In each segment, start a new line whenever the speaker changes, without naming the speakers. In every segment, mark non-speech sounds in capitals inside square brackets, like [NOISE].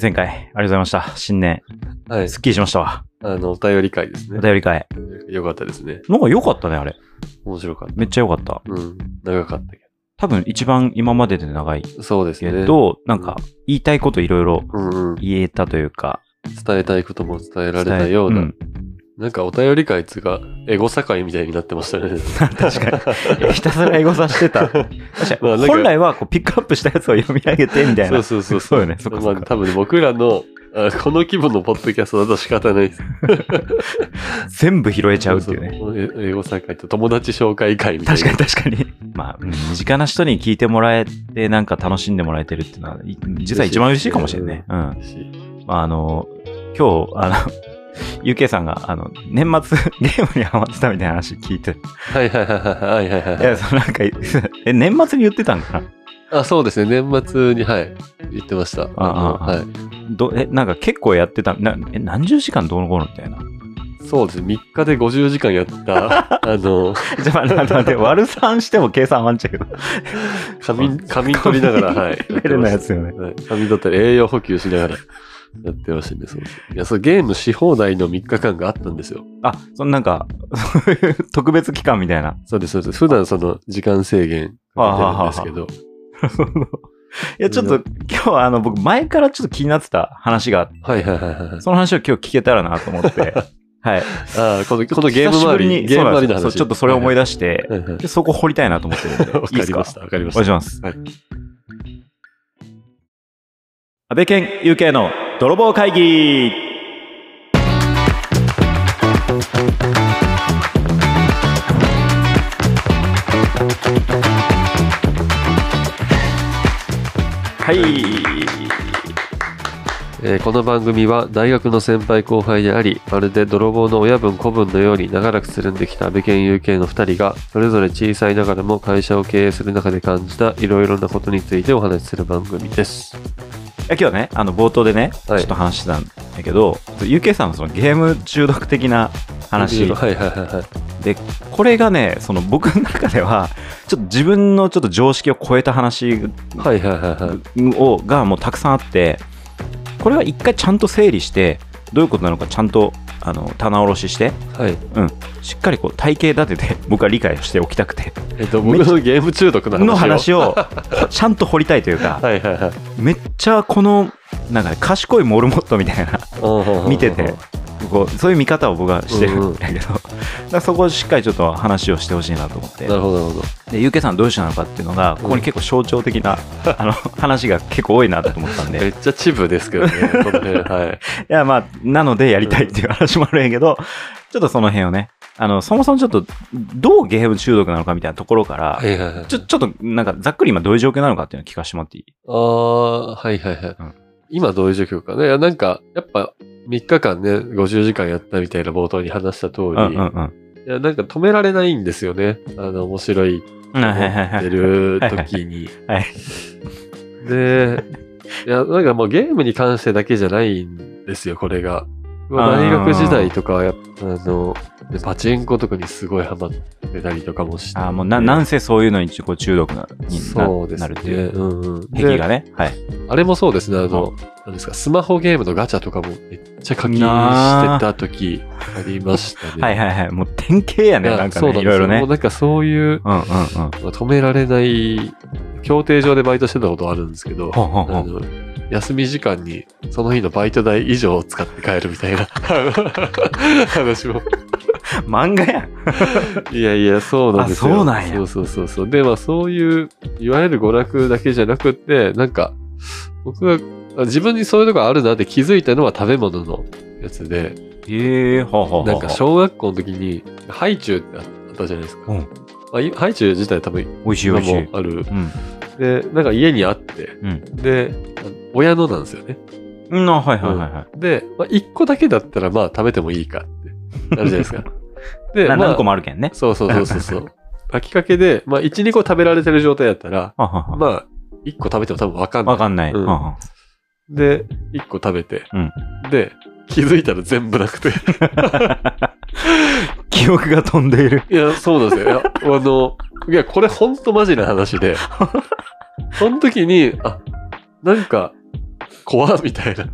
前回、ありがとうございました。新年、
はい
す。っきりしましたわ。
あの、お便り会です
お
ね。
便り会。
よかったですね。
なんか良かったね、あれ。
面白かった。
めっちゃ良かった。
うん。長かったけ
多分一番今までで長い
ど。そうです
け
ね。
ど、なんか言いたいこといろいろ
うんうん。
言えたというか、
伝えたいことも伝えられたような。
伝
なんかお便り会っつうか、エゴ境みたいになってましたね。
[LAUGHS] 確かえうん、ひたすらエゴさして
[LAUGHS]
た。確か
まあなんか
本来はこうピックアップしたやつを読み上げてみたい
[LAUGHS] そ
な。
うそうそう。
そうよねそっかそっか
まあ多分僕らの、あこの規模のポッドキャストだと仕方ないです。
全部拾えちゃうっていうね。
そうそうえエゴ境と友達紹介会みたい
確
な。
かに確かに。まあ、うん身近な人に聞いてもらえて、なんか楽しんでもらえてるっていうのは、い実は一番嬉しいかもしれないね。うん。
に。
まあ、あの、今日、あの、UK さんが、あの、年末 [LAUGHS] ゲームにハマってたみたいな話聞いて、
はいはいはいはいはいはい
い
はい。
や、そのなんか、え、年末に言ってたんかな
あ、そうですね。年末に、はい。言ってました。
あああ
はい。
ど、え、なんか結構やってた、な、え、何十時間どうのこうのみたいな。
そうですね。3日で50時間
[LAUGHS]
やった、あの、
じゃあ、待って待
[LAUGHS]
って、割る算しても計算余っちゃうけど。
仮眠、仮眠取りながら、はい。
レベルのやつよね。
はい。髪だったり栄養補給しながらやってましたね、そうですいや、そう、ゲームし放題の3日間があったんですよ。
あ、そのなんか、 [LAUGHS] そういう特別期間みたいな。 [LAUGHS]
そうです、そうです。普段その時間制限かけてるんですけど。
いや、ちょっと、今日はあの、僕、前からちょっと気になってた話があって、
はいはいはいはい。
その話を今日聞けたらなと思
[LAUGHS]
って、はい。
ああ、この、このゲーム
久しぶ
周
り
り、
に
ゲーム周りの
そうなんですよそう
話。
ちょっとそれを思い
出
出して、
はいはい。
でそこ掘りたいなと思ってるんで。
[LAUGHS] わか
いいっす
り
か
ました、わかり
お
ま
願い
し
します。
はい
安倍健 UK の泥棒会議はい。
た。えーこの番組は大学の先輩後輩であり、まるで泥棒の親分子分のように長らくつるんできた安倍健有形の2人が、それぞれ小さいながらも会社を経営する中で感じたいろいろなことについてお話しする番組です。
いや今日ね、あの冒頭でね、
はい
ちょっと話してたんだけど、UK さんのそのゲーム中毒的な話
はいはいはいはい。
で、これがね、その僕の中では、ちょっと自分のちょっと常識を超えた話
はいはいはいはい。
をがもうたくさんあって、これは一回ちゃんと整理して、どういうことなのかちゃんとあの棚卸しして、
はい。
うん、しっかりこう体系立てて、僕は理解をしておきたくて、
えっと、僕のゲーム中毒の話を。
の話をちゃんと掘りたいというか、
はいはいはい
めっちゃこの、なんかね、賢いモルモットみたいな。
うんうんうんうん。
見ててこうそういう見方を僕はしてるんだけど、だからそこをしっかりちょっと話をしてほしいなと思って
なるほどなるほど。
でゆうけさんどういう人なのかっていうのがここに結構象徴的な、あの [LAUGHS] 話が結構多いなと思ったん
め
で
っちゃチブですけどね、この辺。はい。
いやまあなのでやりたいっていう話もあるんやけどちょっとその辺をねあのそもそもちょっとどうゲーム中毒なのかみたいなところから、
はいはいはい。
ちょちょっとなんかざっくり今どういう状況なのかっていうのを聞かせてもらっていい
ああ、はいはいはい。
うん
今どういう状況かね。いやなんか、やっぱ、3日間ね、50時間やったみたいな冒頭に話した通り、
うんうんうん
いやなんか止められないんですよね。あの、面白いって
はい
思
はいはいは
って
い
る時に。
はい
で、いや、なんかもうゲームに関してだけじゃないんですよ、これが。まあ
あー
大学時代とかはやっぱ、あの、でパチンコとかにすごいハマってたりとかもして。
あーもうななんせそういうのにこう中毒なにな
そうです
な
ね。
るっていう
うんうん。
壁
で
がねはい
あれもそうですね、あの、
う
なんですか、スマホゲームのガチャとかもめっちゃ課金してた時ありましたね。
[LAUGHS] はいはいはい。もう典型やね、
いや
なんか
そう
ね、
ないんです
ろ
よ
いろね
もう。なんかそういう、
うんうんうん。
まあ止められない、協定上でバイトしてたことあるんですけど、
ほんほんほ
あ
ん。
の休み時間にその日のバイト代以上を使って帰るみたいな [LAUGHS] 話も。
漫画やん。
いやいや、そうなんですよ。
あそうなんや
そうそうそうそう。で、まあそういう、いわゆる娯楽だけじゃなくって、なんか、僕があ自分にそういうのがあるなって気づいたのは食べ物のやつで、
へえ、ほうほうほう。
なんか小学校の時に、ハイチュウってあったじゃないですか。
うん
まあいハイチュウ自体多分
美味しい美
今
味しい。
もある。
うん。
で、なんか家にあって、
うん
で、あの親のなんですよね。
うん、あはいはいはいは
で、まあ、1個だけだったらまあ食べてもいいかってなるじゃないで
[LAUGHS]
すか。
い。
で、
な
まあ
何個もあるけんね。
そうそうそうそうそう。 [LAUGHS] 書きかけで、まあ、1、2個食べられてる状態だったら、
ははは。
まあ、1個食べても多分わかんない。
わかんない。
う
うんんうん。
で、1個食べて、
うん
で、気づいたら全部なくて。 [LAUGHS]
記憶が飛んでいる。
いや、そうなんですよ。いや、あの、いや、こ
[LAUGHS]
れほんとマジな話で、その時に、あ、なんか、怖っみたいな。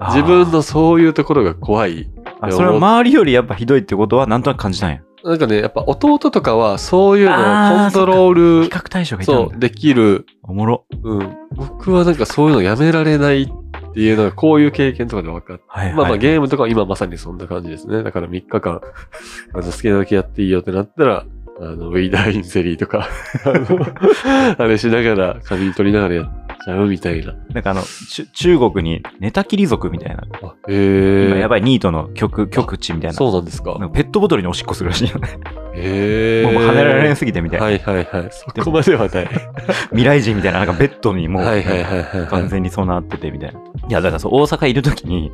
あー
[LAUGHS] 自分のそういうところが怖い。
あそれは周りよりやっぱひどいってことはなんとなく感じたんや。
なんかね、やっぱ弟とかはそういうのをコ
あー
ントロー
比
ル、
較対象がいたん
そう、
だ。
できる。
おもろ。
うん。僕はなんかそういうのやめられないっていうのが、こういう経験とかで分かって。
はいはい。
まあまあゲームとかは今まさにそんな感じですね。だから3日間、あの、好きなだけやっていいよってなったら、あの、ウェイダーインセリーとか、 [LAUGHS] あの、あれしながら、仮に取りながらやっちゃうみたいな。
なんかあの、ちゅ中国にネタキリ族みたいな、
あへえ。
今やば
い。
いニートの極極地みたいな。
そうなんですか。
なんかペットボトルにおしっこするらしいよね。
へえ。
もう離れられん
す
すぎてみたいな。
はいはいはい。そこまではない。
未来人みたいな、なんかベッドにもう、
はいはいはいはいはい。
完全にそうなっててみたいな。いや、だからそう、大阪いるときに、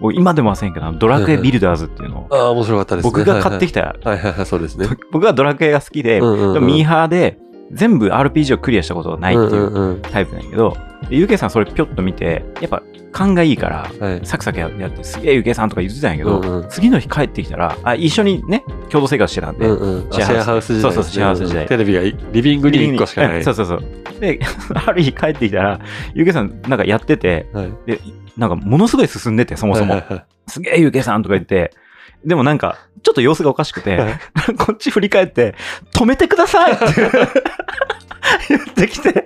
僕今でもませんけど、あのドラクエビルダーズっていうのを、
ああ、面白かったですね。
僕が買って
き
きた、
た。はいはいはい、そうですね。
僕はドラクエが好きで、
うんうん
で
う
も
ん
ミーハーで、全部 RPG をクリアしたことがないっていうん
うん
タイプなんやけど、でゆうけいさんそれぴょっと見て、やっぱ勘がいいから、
うんはい。
サクサクやって、すげえゆうけいさんとか言ってたんやけど、
うんうん
次の日帰ってきたら、あ、一緒にね、共同生活してたんで、
うんうん、あ
シ
シ
ェ
ェ
アハ
アハ
ウ
ウ
ス
ス
時
時
代
代
そうそうシェアハウス時代
テレビがいリビングに1個しか [LAUGHS] な
[LAUGHS]
い。
そうそうそう。で、ある日帰ってきたら、ゆうけいさんなんかやってて、
[LAUGHS] はい、
で、なんかものすごい進んでて、そもそ
[LAUGHS] は
も
い。はいはい
すげえゆうけいさんとか言って、でもなんか、ちょっと様子がおかしくて
はい、
[LAUGHS] こっち振り返って、止めてくださいって [LAUGHS] 言ってきて、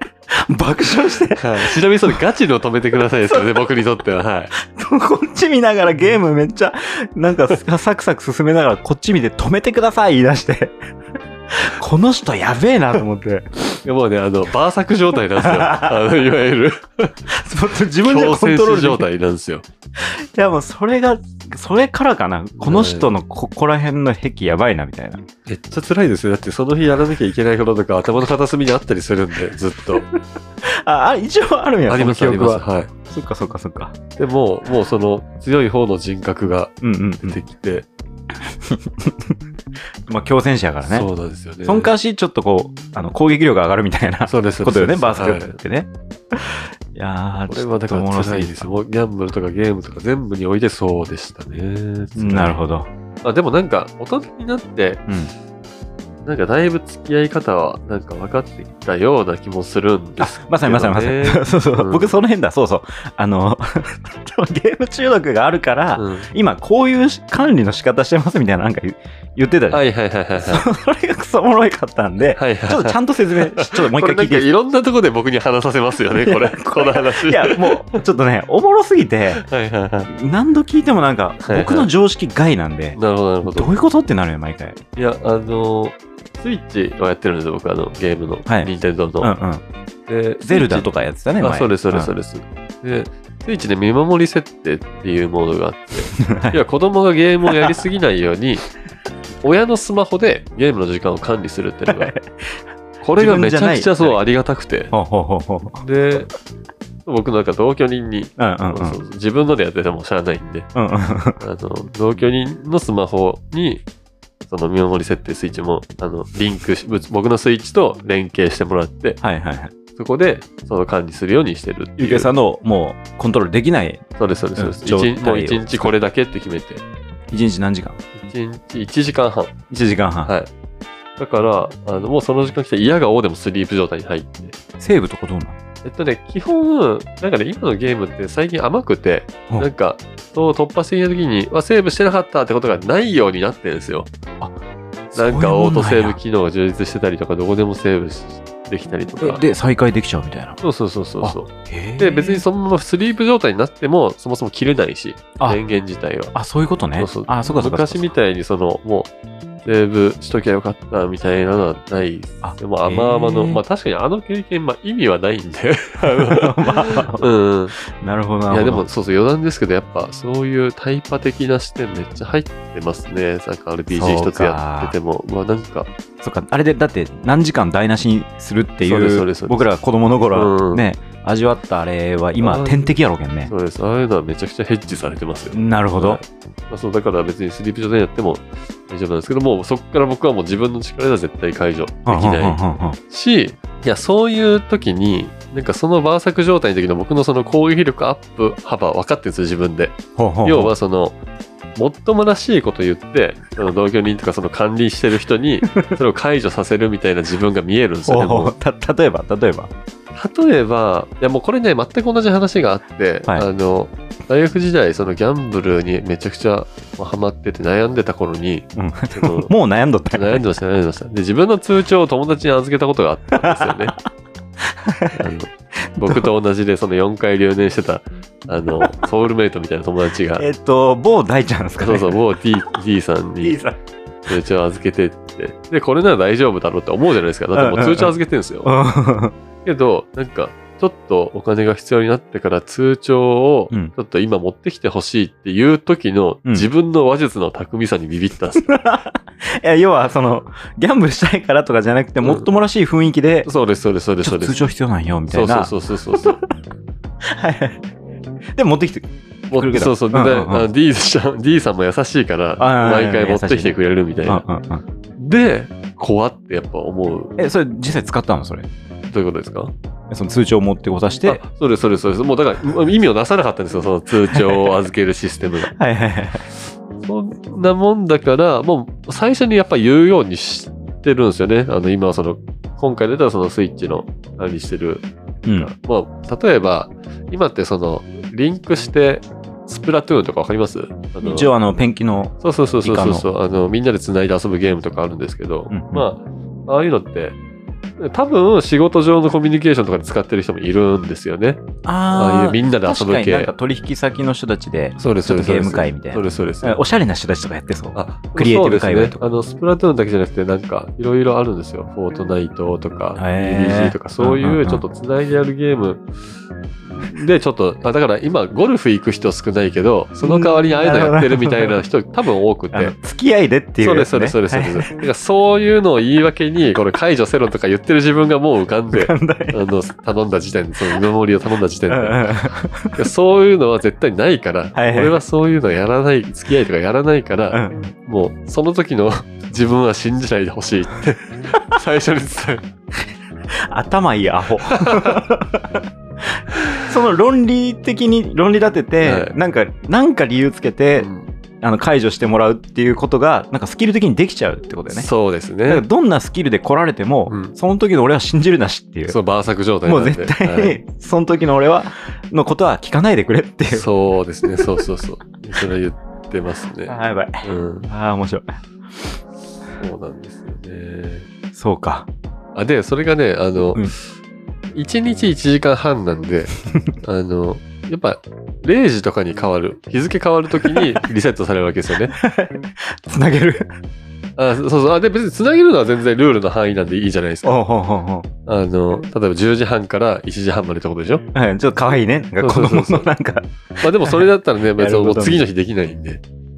爆笑して、
はいちなみにそれガチの止めてくださいです [LAUGHS] よね、僕にとっては。はい。
こっち見ながらゲームめっちゃ、なんかサクサク進めながらこっち見て止めてください言い出して、この人やべえなと思って、
いやもうね、あの、バーサク状態 [LAUGHS] なんですよ。あの、いわゆる、
自分で
強
コン
制
トロー
死
ル
状
でき
態なんですよ。
いやもうそれが、それからかな、この人のここら辺の壁やばいなみたいな。
めっちゃ辛いですよ。だってその日やらなきゃいけないこととか頭の片隅にあったりするんで、ずっと。
あ、あ一応あるんや、
あります、
そ
あ
の
り
記憶
ます。
は。
はい。
そっかそっかそっか。
でも、もうその強い方の人格が
うんうん、う
出て
ん。
きて、
まあ、強戦士やからね。
そうなんですよね。
そんかし、ちょっとこう、あの、攻撃力が上がるみたいなこ
そうです。
とよね、
そうです
バース
は
ク
い
ってね。い、やー、
これはだから
ちょっとおもろす
辛
ぎ
い
た
です。もうギャンブルとかゲームとか全部においてそうでしたね。
なるほど。
ど。あでもなんか大人になって、
うん。
なんかだいぶ付き合い方はなんか分かってきたような気もするんで
あ
すけど、ね。
まさにまさにまさに。そうそう、
うん
僕その辺だ、そうそう。あの、 [LAUGHS] ゲーム中毒があるから、 [LAUGHS]
うん
今こういうし管理の仕方してますみたいななんか言言ってたじゃん。
はいはいはいはいはい。
それがクソおもろいかったんで、
はいは
[LAUGHS]
い
ちょっとちゃんと説明し、ちょっともう一回聞いて
[LAUGHS] これなんかいろんなとこで僕に話させますよね、これ。この話。
[LAUGHS] いや、もう、ちょっとね、おもろすぎて、
はいはいは
何度聞いてもなんか、
い
僕の常識外なんで
い。、なるほどなるほ
ど
ど
う。いうことってなるよ、毎回。
いや、あのスイッチをやってるんですよ、僕、あの、ゲームの、
はい
任天堂
うんう
の。
ん。
で
ゼルダとかやってたね、
あ
前。
そうですそうですそうです、でスイッチで見守り設定っていうモードがあって、
はい
い、や子供がゲームをやりすぎないように親のスマホでゲームの時間を管理するっていうのがこれがめ
自分じ
ちゃくち
ゃな
ゃ
い
そうありがたくて
ほうほうほうほう。
で僕なんか同居人に、
うんうんう。
そうんそう自分のでやっててもしゃあないん
[LAUGHS]
で
うんうんうん
あの同居人のスマホにその見守り設定スイッチもあのリンクし僕のスイッチと連携してもらって
はいはいはい。
そこでその管理するようにしてるって
ゆう
い
けいうさんの、もう、コントロールできない、
そうです、そうです、そうです。
うん
一日もう
状態
一
を
日これだけって決めて。
1日何時間
一日1時間半。
?1 時間半。
はい。だから、あのもうその時間来て嫌がおうでもスリープ状態に入って。
セーブとかどうなの
えっとね、基本、なんかね、今のゲームって最近甘くて、
うん
なんか、そう突破してきた時に、あ、セーブしてなかったってことがないようになってるんですよ。なんかオートセーブ機能が充実してたりとか、どこでもセーブしできたりとか。
で、再開できちゃうみたいな。
そうそうそうそうそう。
へー
で、別にそのままスリープ状態になっても、そもそも切れないし、
あ
電源自体は。
あ、そういうことね。
そうそう
あ、そうかそうか
昔
そうか。
みたいにそのもうセーブしときゃよかったみたいなのはない
あ
でも甘々の、
へー
まあ確かにあの経験、まあ、意味はないんであ
[LAUGHS]
の
まあ
うんい
なるほどなるほど。
やでもそうそう余談ですけどやっぱそういうタイパ的な視点めっちゃ入ってますねなんか RPG
そうか
一つやっててもまあなんか
そっか、あれで、だって何時間台無しにするってい
そうですそうで
う
すそうです
僕らが子供の頃
うん
ね、味わったあれは今、
うん
天敵やろうけんね
そ。うですああいうのはめちゃくちゃヘッジされてますよ
なるほ
は
ど
い。まあ、そうだから別にスリープ状態やっても大丈夫なんですけどもうそこから僕はもう自分の力では絶対解除でき
うんうんうん
ない
うんうん
し、いや、そういう時に、なんかそのバーサク状態の時の僕のその攻撃力アップ幅分かってるんですよ、自分で。
ほうほう
要はその、もっともらしいこと言って、あの同居人とかその管理してる人
[LAUGHS]
に、それを解除させるみたいな自分が見えるんですよね、
お
もう
うた例えば例えば
例えば、いやもうこれね、全く同じ話があって、
はい
あの、大学時代、そのギャンブルにめちゃくちゃまあハマってて悩んでた頃
[LAUGHS]
に、 [LAUGHS]
うん
その
もう悩んどったよ
悩んでました、悩んでました。で、自分の通帳を友達に預けたことがあっ
[LAUGHS]
たんですよね。あの僕と同じで、その4回留年してた、あの、ソウルメイトみたいな友達が、
えっと某大ちゃんですか
そう
ね
そう、某 D, D さん
[LAUGHS] いい
に
さ
通帳を預けてって、で、これなら大丈夫だろうって思うじゃないですか。だってもう通帳預けてるんですよ。
う
けど、なんか、ちょっとお金が必要になってから通帳を、
うん
ちょっと今持ってきてほしいっていう時の、
うん
自分の話術の巧みさにビビっ
[LAUGHS]
たんですよ。
んいや要はそのギャンブルしたいからとかじゃなくて
うん
もっともらしい雰囲気で、
そうです、そうです、そうです、
ちょっ
そう
と
です。
通帳必要なんよみた
そ
いうな
そうそうそうそう。
はいはい [LAUGHS] でも持ってきて
持って
くるけど
そうそう。で、
うんうんうん
あの D さん、D [LAUGHS] さんも優しいから、
あー
毎回持ってきてくれるみたいな。
うんうんうん
で、怖ってやっぱ思う。
えそれ実際使ったのそれ
どういうことですか
その通帳を持って渡して
あそうです、そうです、そうです。もうだから、意味をなさなかったんですよ、その通帳を預けるシステム
[LAUGHS]
が。
はいはいはい
そんなもんだから、もう最初にやっぱ言うようにしてるんですよね。あの、今はその、今回出たそのスイッチの管理してる。
うん
まあ、例えば、今ってその、リンクして、スプラトゥーンとかわかりますあの
一応あのペンキの
そうそうそうそうそうそ
イ
うあの、みんなで繋いで遊ぶゲームとかあるんですけど、
うんうん
まあ、ああいうのって、多分仕事上のコミュニケーションとかで使ってる人もいるんですよね。ああいうみんなで遊
確
ぶ
かになん
系
か。取引先の人たちで
そうです、そうです。
ちょっとゲーム会みたいな
そうです、そうです。
おしゃれな人たちとかやってそう
あ
クリエイティブ界隈と
そうですね、あのスプラトゥーンだけじゃなくてなんかいろいろあるんですよフォートナイトとか
へー
DDG とかそう
うんうん
いううんちょっとつないでやるゲームでちょ
[LAUGHS]
っとあだから今ゴルフ行く人少ないけどその代わりにああいうのやってるみたいな人多分多くて
あの付き合いでっていう
そ
や
う
つ
ですそうですそうですそうです、
ね [LAUGHS]
だからそういうのを言い訳にこれ解除せろとか言ってる自分がもう浮かんで
はい
あの頼んだ時点でその見守りを頼んだ時
う
点で
んうんうん
いやそういうのは絶対ないから、
はいはい
俺はそういうのやらない付き合いとかやらないから、
うん
もうその時の自分は信じないでほしいって
[LAUGHS]
最初に伝え
頭いいアホその論理的に論理立てて、
はい
なんかなんか理由つけて、
る、うん
あの解除してもらうっていうことがなんかスキル的にできちゃうってことだよね
そうです
だから
ね
どんなスキルで来られても、
うん
その時の俺は信じるなしっていう
そうバーサク状態
も
なん
う
で
絶対に、
はい
その時の俺はのことは聞かないでくれっていう
そうですねそうそうそうそれは言ってますね、
あーやばい
うん、
あー面白い
そうなんですよね
そうか
あでそれがねあの、
うん
1日1時間半なん
[LAUGHS]
であのやっぱ0時とかに変わる日付変わる時にリセットされるわけですよね
つなげる
あそうそうあで別につなげるのは全然ルールの範囲なんでいいじゃないですか
おうほうほうほ
あの、例えば10時半から1時半までってことでしょ
うはいちょっと可愛いねなんか子供
そうそうそうそ
の
う
なんか
まあでもそれだったらね、別
[LAUGHS]
に
やる
も
こ
う
とは
次の日できないんで。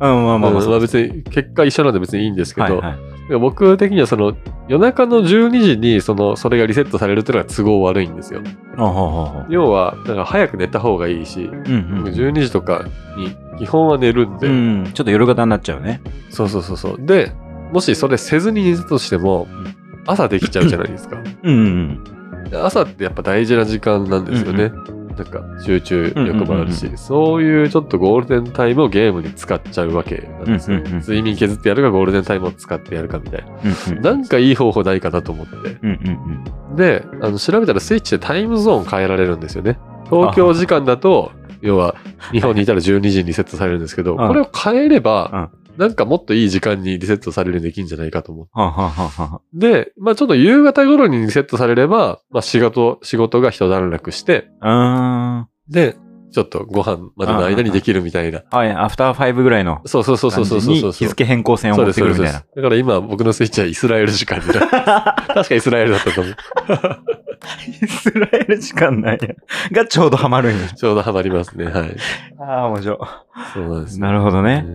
うんまあまあまあ、
うんまあ別に結果一緒なんで別にいいんですけ
はい
ど、
はい
でも僕的にはその夜中の12時にそのそれがリセットされるっていうのが都合悪いんですよ。
おうほうほうほう
要は、だから早く寝た方がいいし、
うんうん
僕12時とかに基本は寝るんで、
うん、ちょっと夜型になっちゃうね。
そうそうそうそう。で、もしそれせずに寝たとしても
ん、
朝できちゃうじゃないですか。
うんうん
で朝ってやっぱ大事な時間なんですよね。なんか集中力もあるし、
うん
そういうちょっとゴールデンタイムをゲームに使っちゃうわけなんですよ、
うんうんうん
睡眠削ってやるかゴールデンタイムを使ってやるかみたいな。
うんうん。
なんかいい方法ないかなと思って。
うんうん
で、あの調べたらスイッチでタイムゾーン変えられるんですよね。東京時間だと、要は日本にいたら12時にリセットされるんですけど、
うん
これを変えれば、なんかもっといい時間にリセットされるようにできんじゃないかと思って
はあはあはあは
で、まあちょっと夕方頃にリセットされれば、まあ仕事、仕事が一段落して、
あ。
で、ちょっとご飯までの間にできるみたいな。
うーん。はい、アフターファイブぐらいの
そうそうそう
感
そう
じ
そうそう
に
そう。
日付変更線を
そ
持
うで
っ
す、
てく
そうで
るみた
す。そう
い
です
な。
だから今僕のスイッチはイスラエル時間に
[LAUGHS]
なる。確かイスラエルだったと思う。
イスラエル時間なんや。がちょうどハマるんや。
ちょうどハマりますね。はい。
ああ、面白
そうなんです
い。
ね。
なるほどね。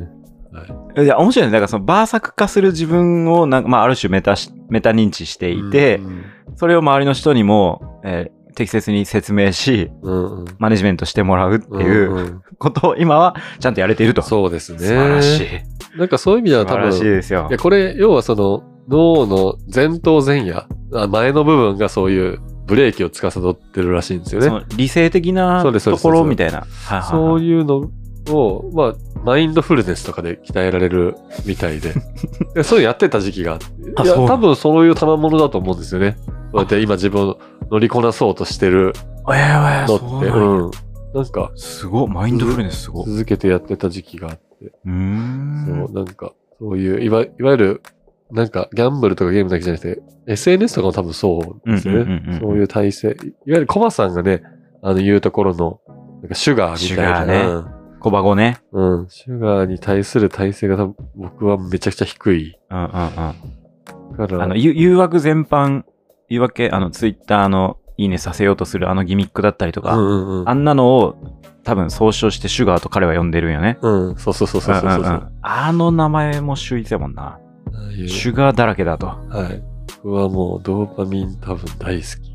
はい
や、面白いね。だからそのバーサク化する自分をなんか、まあ、ある種メタし、メタ認知して
い。
いて、
うん
それを周りの人にも、えー適切に説明し、
うんうん。
マネジメントしてもらうっていうんことを今はちゃんとやれていると。
そうですね。
素晴らしい。
い。なんかそういう意味では
素
多
晴らしい
分、
ですよ
いや、。これ、要はその、脳の前頭前野、あ前の部分がそういうブレーキを司ってるらしいんですよね。
その理性的な
そうですそう
と
です
ころみたいな。はいはい
そ
は
う
い
いうのを、まあ、マインドフルネスとかで鍛えられるみたい
[LAUGHS]
で、でそういうのやってた時期があって、
あ
いや、
そう
多分そういう賜物だと思うんですよね。そうやって今自分を乗りこなそうとしてる
ええええ
のっ
そう
て、
なんや
うん。なんか、
すごい。マインドフルネスすごい。う
続けてやってた時期があって、
ーん
そう、。なんか、そういう、いわいわゆる、なんか、ギャンブルとかゲームだけじゃなくて、SNS とかも多分そうですよ
うんうんうんう
ね
ん。
そういう体制。いわゆるコマさんがね、あの、言うところの、なんか、シュガーみたいな。
シュガーね
うん
小箱ね。
うん。シュガーに対する耐性が多分僕はめちゃくちゃ低い
うんうんうん。あ
から。
の、ゆ誘惑全般、誘惑系、あの、ツイッターのいいねさせようとするあのギミックだったりと
うん
か、
うんうん。
あんなのを多分総称してシュガーと彼は呼んでるんよね。
うん、そうそうそうそうそうそう。
んんんあの名前も秀逸やもんな。
ああいう
シュガーだらけだと。
はい。僕はもうドーパミン多分大好き。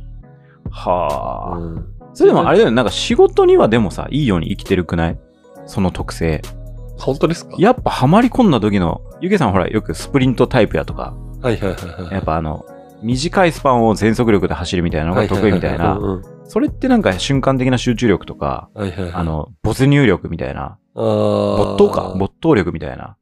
はあ。
うん、
それでもあれだよね、なんか仕事にはでもさ、いいように生きてるくないその特性。
本当ですか
やっぱハマり込んだ時の、ゆけさんほら、よくスプリントタイプやとか、
はいはいはいはい。
やっぱあの、短いスパンを全速力で走るみたいなの
は
が
いはい
得
はい
意
はい、
みたいな
う。んうん
それってなんか瞬間的な集中力とか、
はいはいはい。
あ、の、没入力みたいな、
あー
没頭か、没頭力みたいな、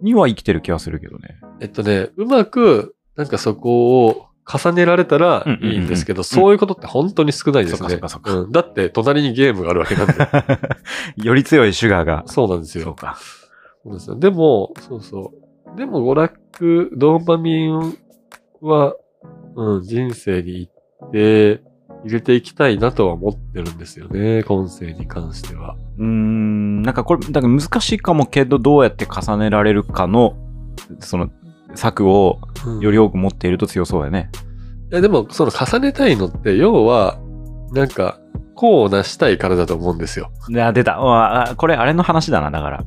には生きてる気はするけどね。
えっとね、うまく、なんかそこを重ねられたら
うんうんうん
いいんですけど、そういうことって本当に少ないですね。
そっかそっかそっか
うん。だって、隣にゲームがあるわけなん
[LAUGHS]
で。
より強いシュガーが。
そうなんですよ
そう。か。
そうですよ。でも、そうそう。でも、娯楽、ドーパミンは、うん、人生に行って、入れていきたいなとは思ってるんですよね。今世に関しては。
うーん、なんかこれ、だから難しいかもけど、どうやって重ねられるかの、その、策を
うん
より多く持っていると強そうやね。
いや、でも、その重ねたいのって、要は、なんか、こうなしたいからだと思うんですよ。
いや、出た。うわあこれ、あれの話だな、だから。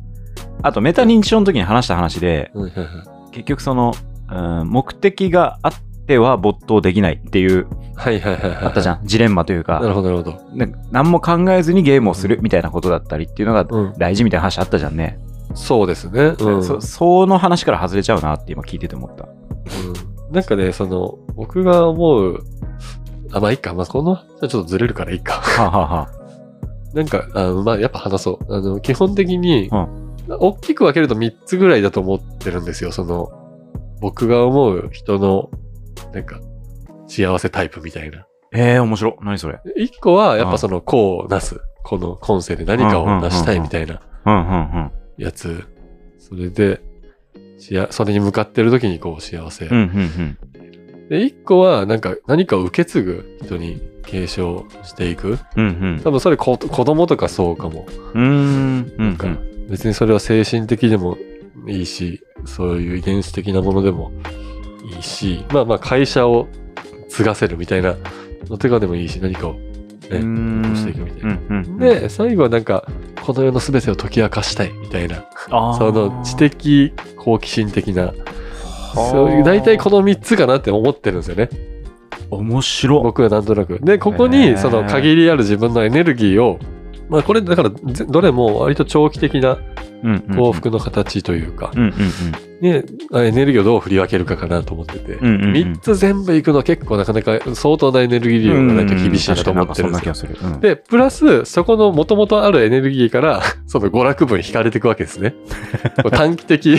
あと、メタ認知症の時に話した話で、
うんはいは
結局その、うん、目的があっては没頭できないっていう、
いはいはいはいはい。
あったじ
ゃ
ゃん、ジレンマというん
なる
か、
ほど、なるほど。
なんか何も考えずにゲームをするみたいなことだったりっていうのが
うん。
大事みたいな話あったじゃんね。
そうですね。うん。
そその話から外れちゃうなって今聞いてて思った。
うんなんかね、その、僕が思う、あ、まあいいか。まあこの、じゃあちょっとずれるからいいか。 [LAUGHS]
はあ、はあはあ、
なんか、あのまあ、やっぱ話そう。あの、基本的に、
う
大きく分けると3つぐらいだと思ってるんですよ。その、僕が思う人の、なんか、幸せタイプみたいな。
ええ面白い。何それ。
1個は、やっ
うん
ぱその、こうなす。この、今世で何かを成したいみたいな
うんうんうん。
やつ。それで、しあそれに向かってる時にこう幸せ。
うんうん
で、1個は、なんか、何かを受け継ぐ人に継承していく。
うん。うん
多分それこ、子供とかそうかも。
うん。うーん。う
なん
ん
か
うん。
別にそれは精神的でもいいし、そういう遺伝子的なものでもいいし、まあまあ会社を継がせるみたいなのとかでもいいし、何かを。
うーん
こうしていくみたいな
うんうん
で、最後はなんか、この世の全てを解き明かしたいみたいな、
あー
その知的好奇心的な、そういう、大体この3つかなって思ってるんですよね。
面白い。
僕はなんとなく。で、ここ
へ
に
ー
その限りある自分のエネルギーを、まあこれだからぜどれも割と長期的な
うんうんうん
幸。福の形というか
う、んうん
ね、あエネルギーをどう振り分けるかかなと思ってて、
うん。うんうんうん
3つ全部いくのは結構なかなか相当なエネルギー量がないと厳しいなと思ってるん
うんうんうん確かになんかそんな気が。す
ですよ
る。うん
で、プラス、そこの元々あるエネルギーから、 [LAUGHS] その娯楽部に惹かれていくわけです
[LAUGHS]
ね。こう短期的、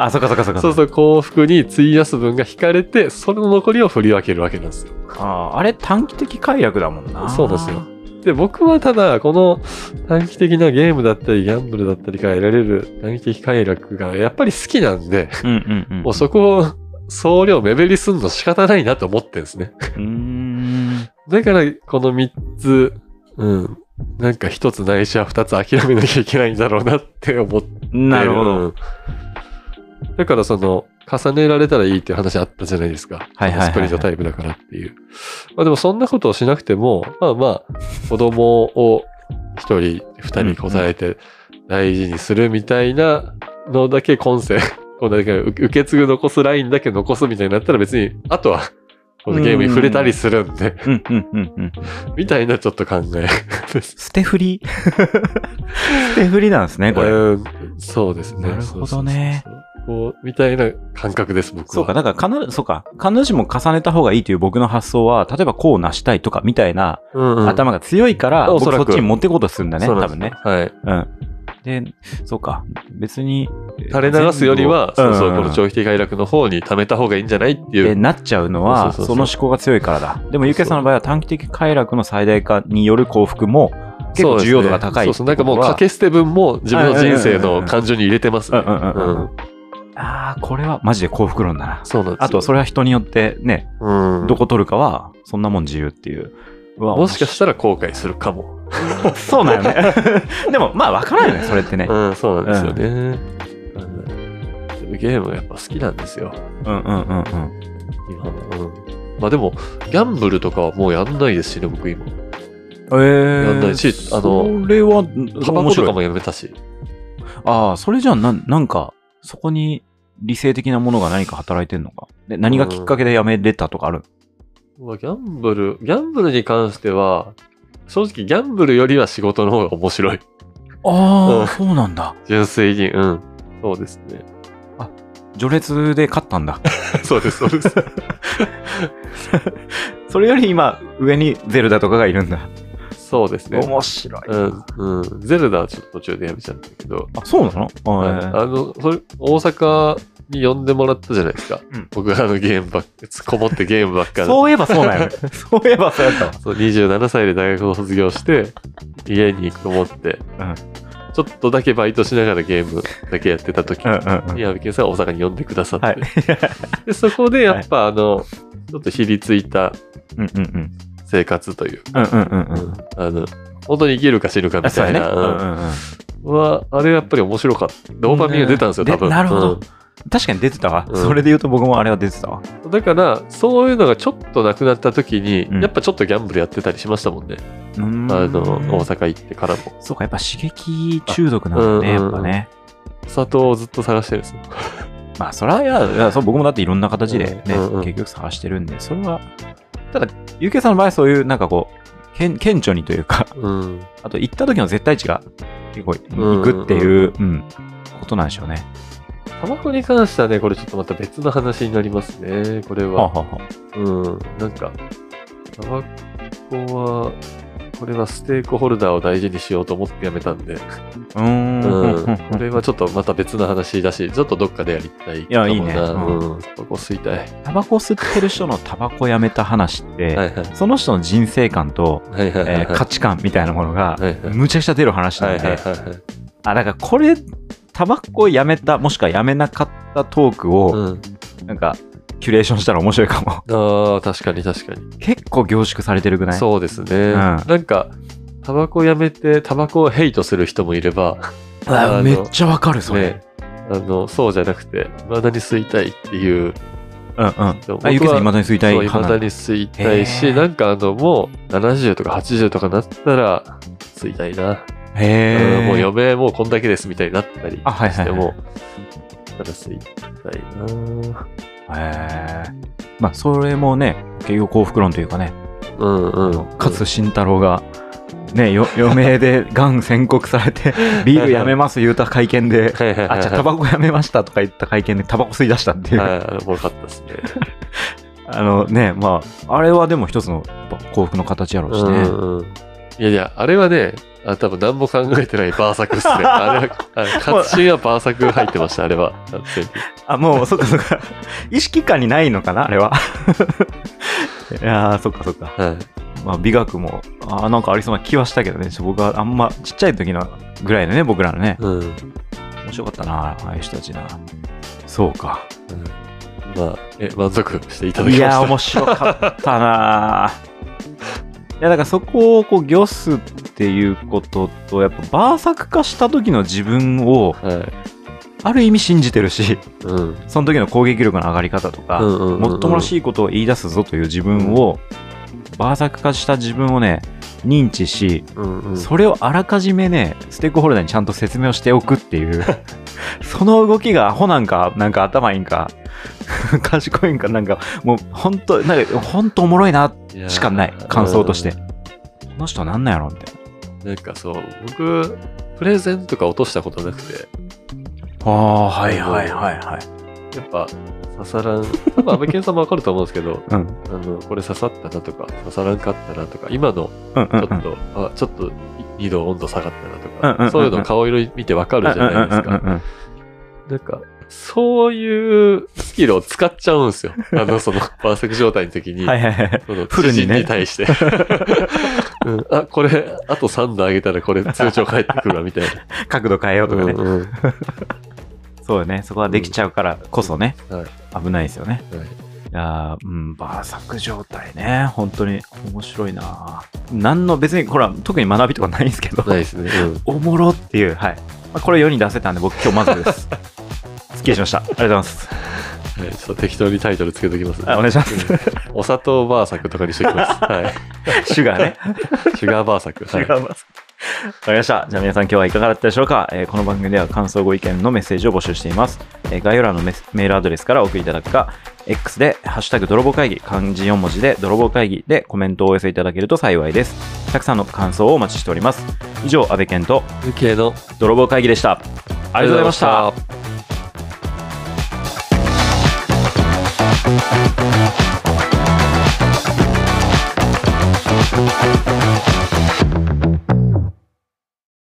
あ、そっかそっかそっか。
そうそう、幸福に費やす分が惹かれて、その残りを振り分けるわけなんですよ。
あーあれ短期的快楽だもんな。
そうですよ。で、僕はただ、この短期的なゲームだったり、ギャンブルだったりから得られる短期的快楽がやっぱり好きなんで、
うんうんうん。
もうそこを総量目減りすんの仕方ないなと思ってんですね。
うーん。
だから、この3つ、うん。なんか一つないしは二つ諦めなきゃいけないんだろうなって思って。
なるほ
う
ど。
ん。だからその、重ねられたらいいっていう話あったじゃないですか。
はいはいはいはい
スプリントタイプだからっていう。まあでもそんなことをしなくても、まあまあ、子供を一人、二人こさえて大事にするみたいなのだけ今世、 [LAUGHS] こんだけ受受け継ぐ残すラインだけ残すみたいになったら別に、あとは、このゲームに触れたりするんで、
うんうんうんうん。
みたいなちょっと考えです。
捨て振り捨て振りなんですね、これ。
うんそうですね。
なるほどね
そうそうそうこう、みたいな感覚です、僕は。
そうか、なんか、かな、そうか、必ずしも重ねた方がいいという僕の発想は、例えばこうなしたいとかみたいな
うんうん。
頭が強いから、
お
僕
そら
そ
く
っちに持ってこうとするんだね、
そうな
多
んです
分ね。
はい。
うん。で、そうか、別に。
垂れ流すよりは、
全
そ
部を
うそう、
ん
この消費快楽の方に貯めた方がいいんじゃないって
っ
い
て
う。
なっちゃうのは、
そ
そ
うそうそうそう
の思考が強いからだ。でも、ゆうけいさんの場合は短期的快楽の最大化による幸福も、結構重要度が高い
そうですねそうそう、なんかもう、掛け捨て分も自分の人生の感情に入れてます
うん
ね。
うんうんうん。
うん
ああ、これはマジで幸福論だな。
そうなんですよ
あと、それは人によってね、
うん
どこ取るかは、そんなもん自由っていう。うわ
もしかしたら後悔するかも。
[LAUGHS] そうなんよね。 [LAUGHS] でも、まあ、わからんよね、それってね。
[LAUGHS] うん、そうなんですよね。うんゲームやっぱ好きなんですよ。
うんうんうんうん。
今も。うんまあでも、ギャンブルとかはもうやんないですしね、僕今。
えー、
やんないしあの
それは、
タバコとかもやめたし。
ああ、それじゃあ、なん、なんか、そこに理性的なものが何か働いてんのか。で、何がきっかけでやめれたとかある、
まあギャンブル、ギャンブルに関しては、正直ギャンブルよりは仕事の方が面白い。 [LAUGHS]
あ
うん
あ、そうなんだ。
純粋に。うん。そうです [LAUGHS] ね。
序列で勝ったんだ。
そうです、そうです。
[LAUGHS] それより今、上にゼルダとかがいるんだ。
そうですね。
面白い。
うん、うん。ゼルダはちょっと途中でやめちゃったけど、
あ、そうなの
はいあの、それ、大阪に呼んでもらったじゃないですか。
うん
僕はあのゲームばっか、こもってゲームばっかり。
そういえばそうなんよね。 [LAUGHS] そういえばそうやったわ。
そう27歳で大学を卒業して、家にこもって、
うん
ちょっとだけバイトしながらゲームだけやってた時に、
うんうんうん。
矢部健さんが大阪に呼んでくださって、
はい。
でそこでやっぱあの、ちょっとひりついた
うんうんうん。
生活というか、
うんうんうんうん。
あの本当に生きるか死ぬかみ
あ、そう
た
やね。
いな、うん
うんうん
はあれやっぱり面白かったドーパミンが出たんですよ、
うん
多分
でなるほど
うん
確かに出てたわ、
うん
それで言うと僕もあれは出てたわ。
だからそういうのがちょっとなくなった時に、
うん
やっぱちょっとギャンブルやってたりしましたもんね、
うーん
あの大阪行ってからも
そうか、やっぱ刺激中毒なんだね、
あうん
やっぱね。
お砂糖をずっと探してるんですよ
まあ、それはいや、いやそう僕もだっていろんな形でね、
うんうん
結局探してるんで、それは、ただ、ゆうけいさんの場合はそういう、なんかこう、けん顕著にというか、 [LAUGHS]
うん
あと行った時の絶対値が結構
うん
いくっていう、うん、ことなんでしょうね。
タバコに関してはね、これちょっとまた別の話になりますね、これ
はあは
は。
あはあ
うん、なんか、タバコは、これはステークホルダーを大事にしようと思ってやめたんで、
うーん
うん、こ
うん。
れはちょっとまた別の話だし、ちょっとどっかでやりたい
いやいいね
な。
う
うん、タバコ吸いたい。
タバコ吸ってる人のタバコやめた話って、
はいはい。
その人の人生観と、
はいはいはいはい。
えー価値観みたいなものが
はいはい
むちゃくちゃ出る話
は
ないん
はい
で、
はいはい。
あ、だからこれ、タバコをやめた、もしくはやめなかったトークを、
うん、
なんか、キュレーションしたら面白いかも。 [LAUGHS]
ああ、確かに確かに。
結構凝縮されてるくない
そうですね。
ん
なんか、タバコやめて、タバコをヘイトする人もいれば、
あ
あの
めっちゃわかる、それ。
ね、あのそうじゃなくて、まだに吸いたいっていう、
うんうん。あ
僕、は
ゆうけさん、未だに吸いたい
そう未
派な
だ
の
に吸いたい
へ
し、
ー
なんかあの、もう70とか80とかなったら、吸いたいな、
へ
うん
ー
もう余命もうこんだけですみたいになったりしても、
あはいはいはい
ただ吸いたいな。
へーまあ、それもね、結局幸福論というかね、
うんうん。
勝慎太郎が、ね、よ余命で [LAUGHS] がん宣告されて、ビールやめます言うた会見
[LAUGHS]
で、
はいはいはいはい。
あ、じゃあタバコやめましたとか言った会見でタバコ吸い出したっていう。
はい、あの、おもろかったですね。
あのね、まあ、あれはでも一つのやっぱ幸福の形やろうし
う
ね。
んうん。いやいや、あれはね、あ多分何も考えてないバーサ
[LAUGHS]
クっすね。あれは、あ勝新はバーサク入ってました、あれは。完全に
あ、もう、そっかそっか。 [LAUGHS] 意識感にないのかな、あれは。 [LAUGHS] いやー、そっかそっか。
はい。
まあ、美学も、あーなんかありそうな気はしたけどね。ちょ僕はあんま、ちっちゃい時のぐらいのね、僕らのね。
うん。うん
面白かったな、ああいう人たちな。そうか。
まあ、え、満足していただ
い
きまし
やー、
た。
面白かったな。いや、だからそこをこう、ギョスっていうことと、やっぱバーサク化した時の自分を、
はい。
ある意味信じてるし、
うん。
その時の攻撃力の上がり方とか、
うんうんうんうん
もっともらしいことを言い出すぞという自分を、バーサク化した自分をね、認知し、
うんうん。
それをあらかじめね、ステークホルダーにちゃんと説明をしておくって
[LAUGHS]
いう、その動きがアホなんか、なんか頭いいんか、 [LAUGHS] 賢いんか、なんか、もう本当、なんか、本当おもろいな、こ
いやー
しかない感想としての人なんなんやろみたい
うんなんかそう、僕、プレゼンとか落としたことなくて、
な。ああ、はいはいはいはい。
やっぱ刺さらん多分安倍健さんもわかると思うんですけど [LAUGHS]
うん。
あのこれ刺さったなとか刺さらんかったなとか今の
うんう
ち
ん
ょ
うん
っと、あちょっと2度温度下がった
うん
なと
うんうんう
か
ん
そういうの顔色見てわかるじゃない
う
です
んうん
か
うんうん
なんかそういうスキルを使っちゃうんですよあのその [LAUGHS] パーセク状態の時に、
はいはいはい。
その
フルにね
知人に対して、 [LAUGHS] うん、あこれあと3度上げたらこれ通帳返ってくるわみたいな
角度変えようとかね。
うんうんは
そうよね。そこはできちゃうからこそね。
いはい
危ないですよね。いやーうん、バーサク状態ね。本当に面白いな何の、別に、ほら、特に学びとかないんですけど。
ないですね、うん
おもろっていう、はい。まあ、これ世に出せたんで、僕今日満足
[LAUGHS]
です。すっきりしました。ありがとうございます。
はい、ちょっと適当にタイトルつけときます、ね。
あお願いします
[LAUGHS] うん。お砂糖バーサクとかにしておきます。はい。
シュガーね。
シュガーバーサク。はい、
違います。わかりました。じゃあ皆さん今日はいかがだったでしょうか、えーこの番組では感想ご意見のメッセージを募集しています。えー概要欄のメスメールアドレスからお送りいただくか、X で、ハッシュタグ泥棒会議、漢字4文字で泥棒会議でコメントをお寄せいただけると幸いです。たくさんの感想をお待ちしております。以上、安部健と
無形の。
泥棒会議でした。ありがとうございました。。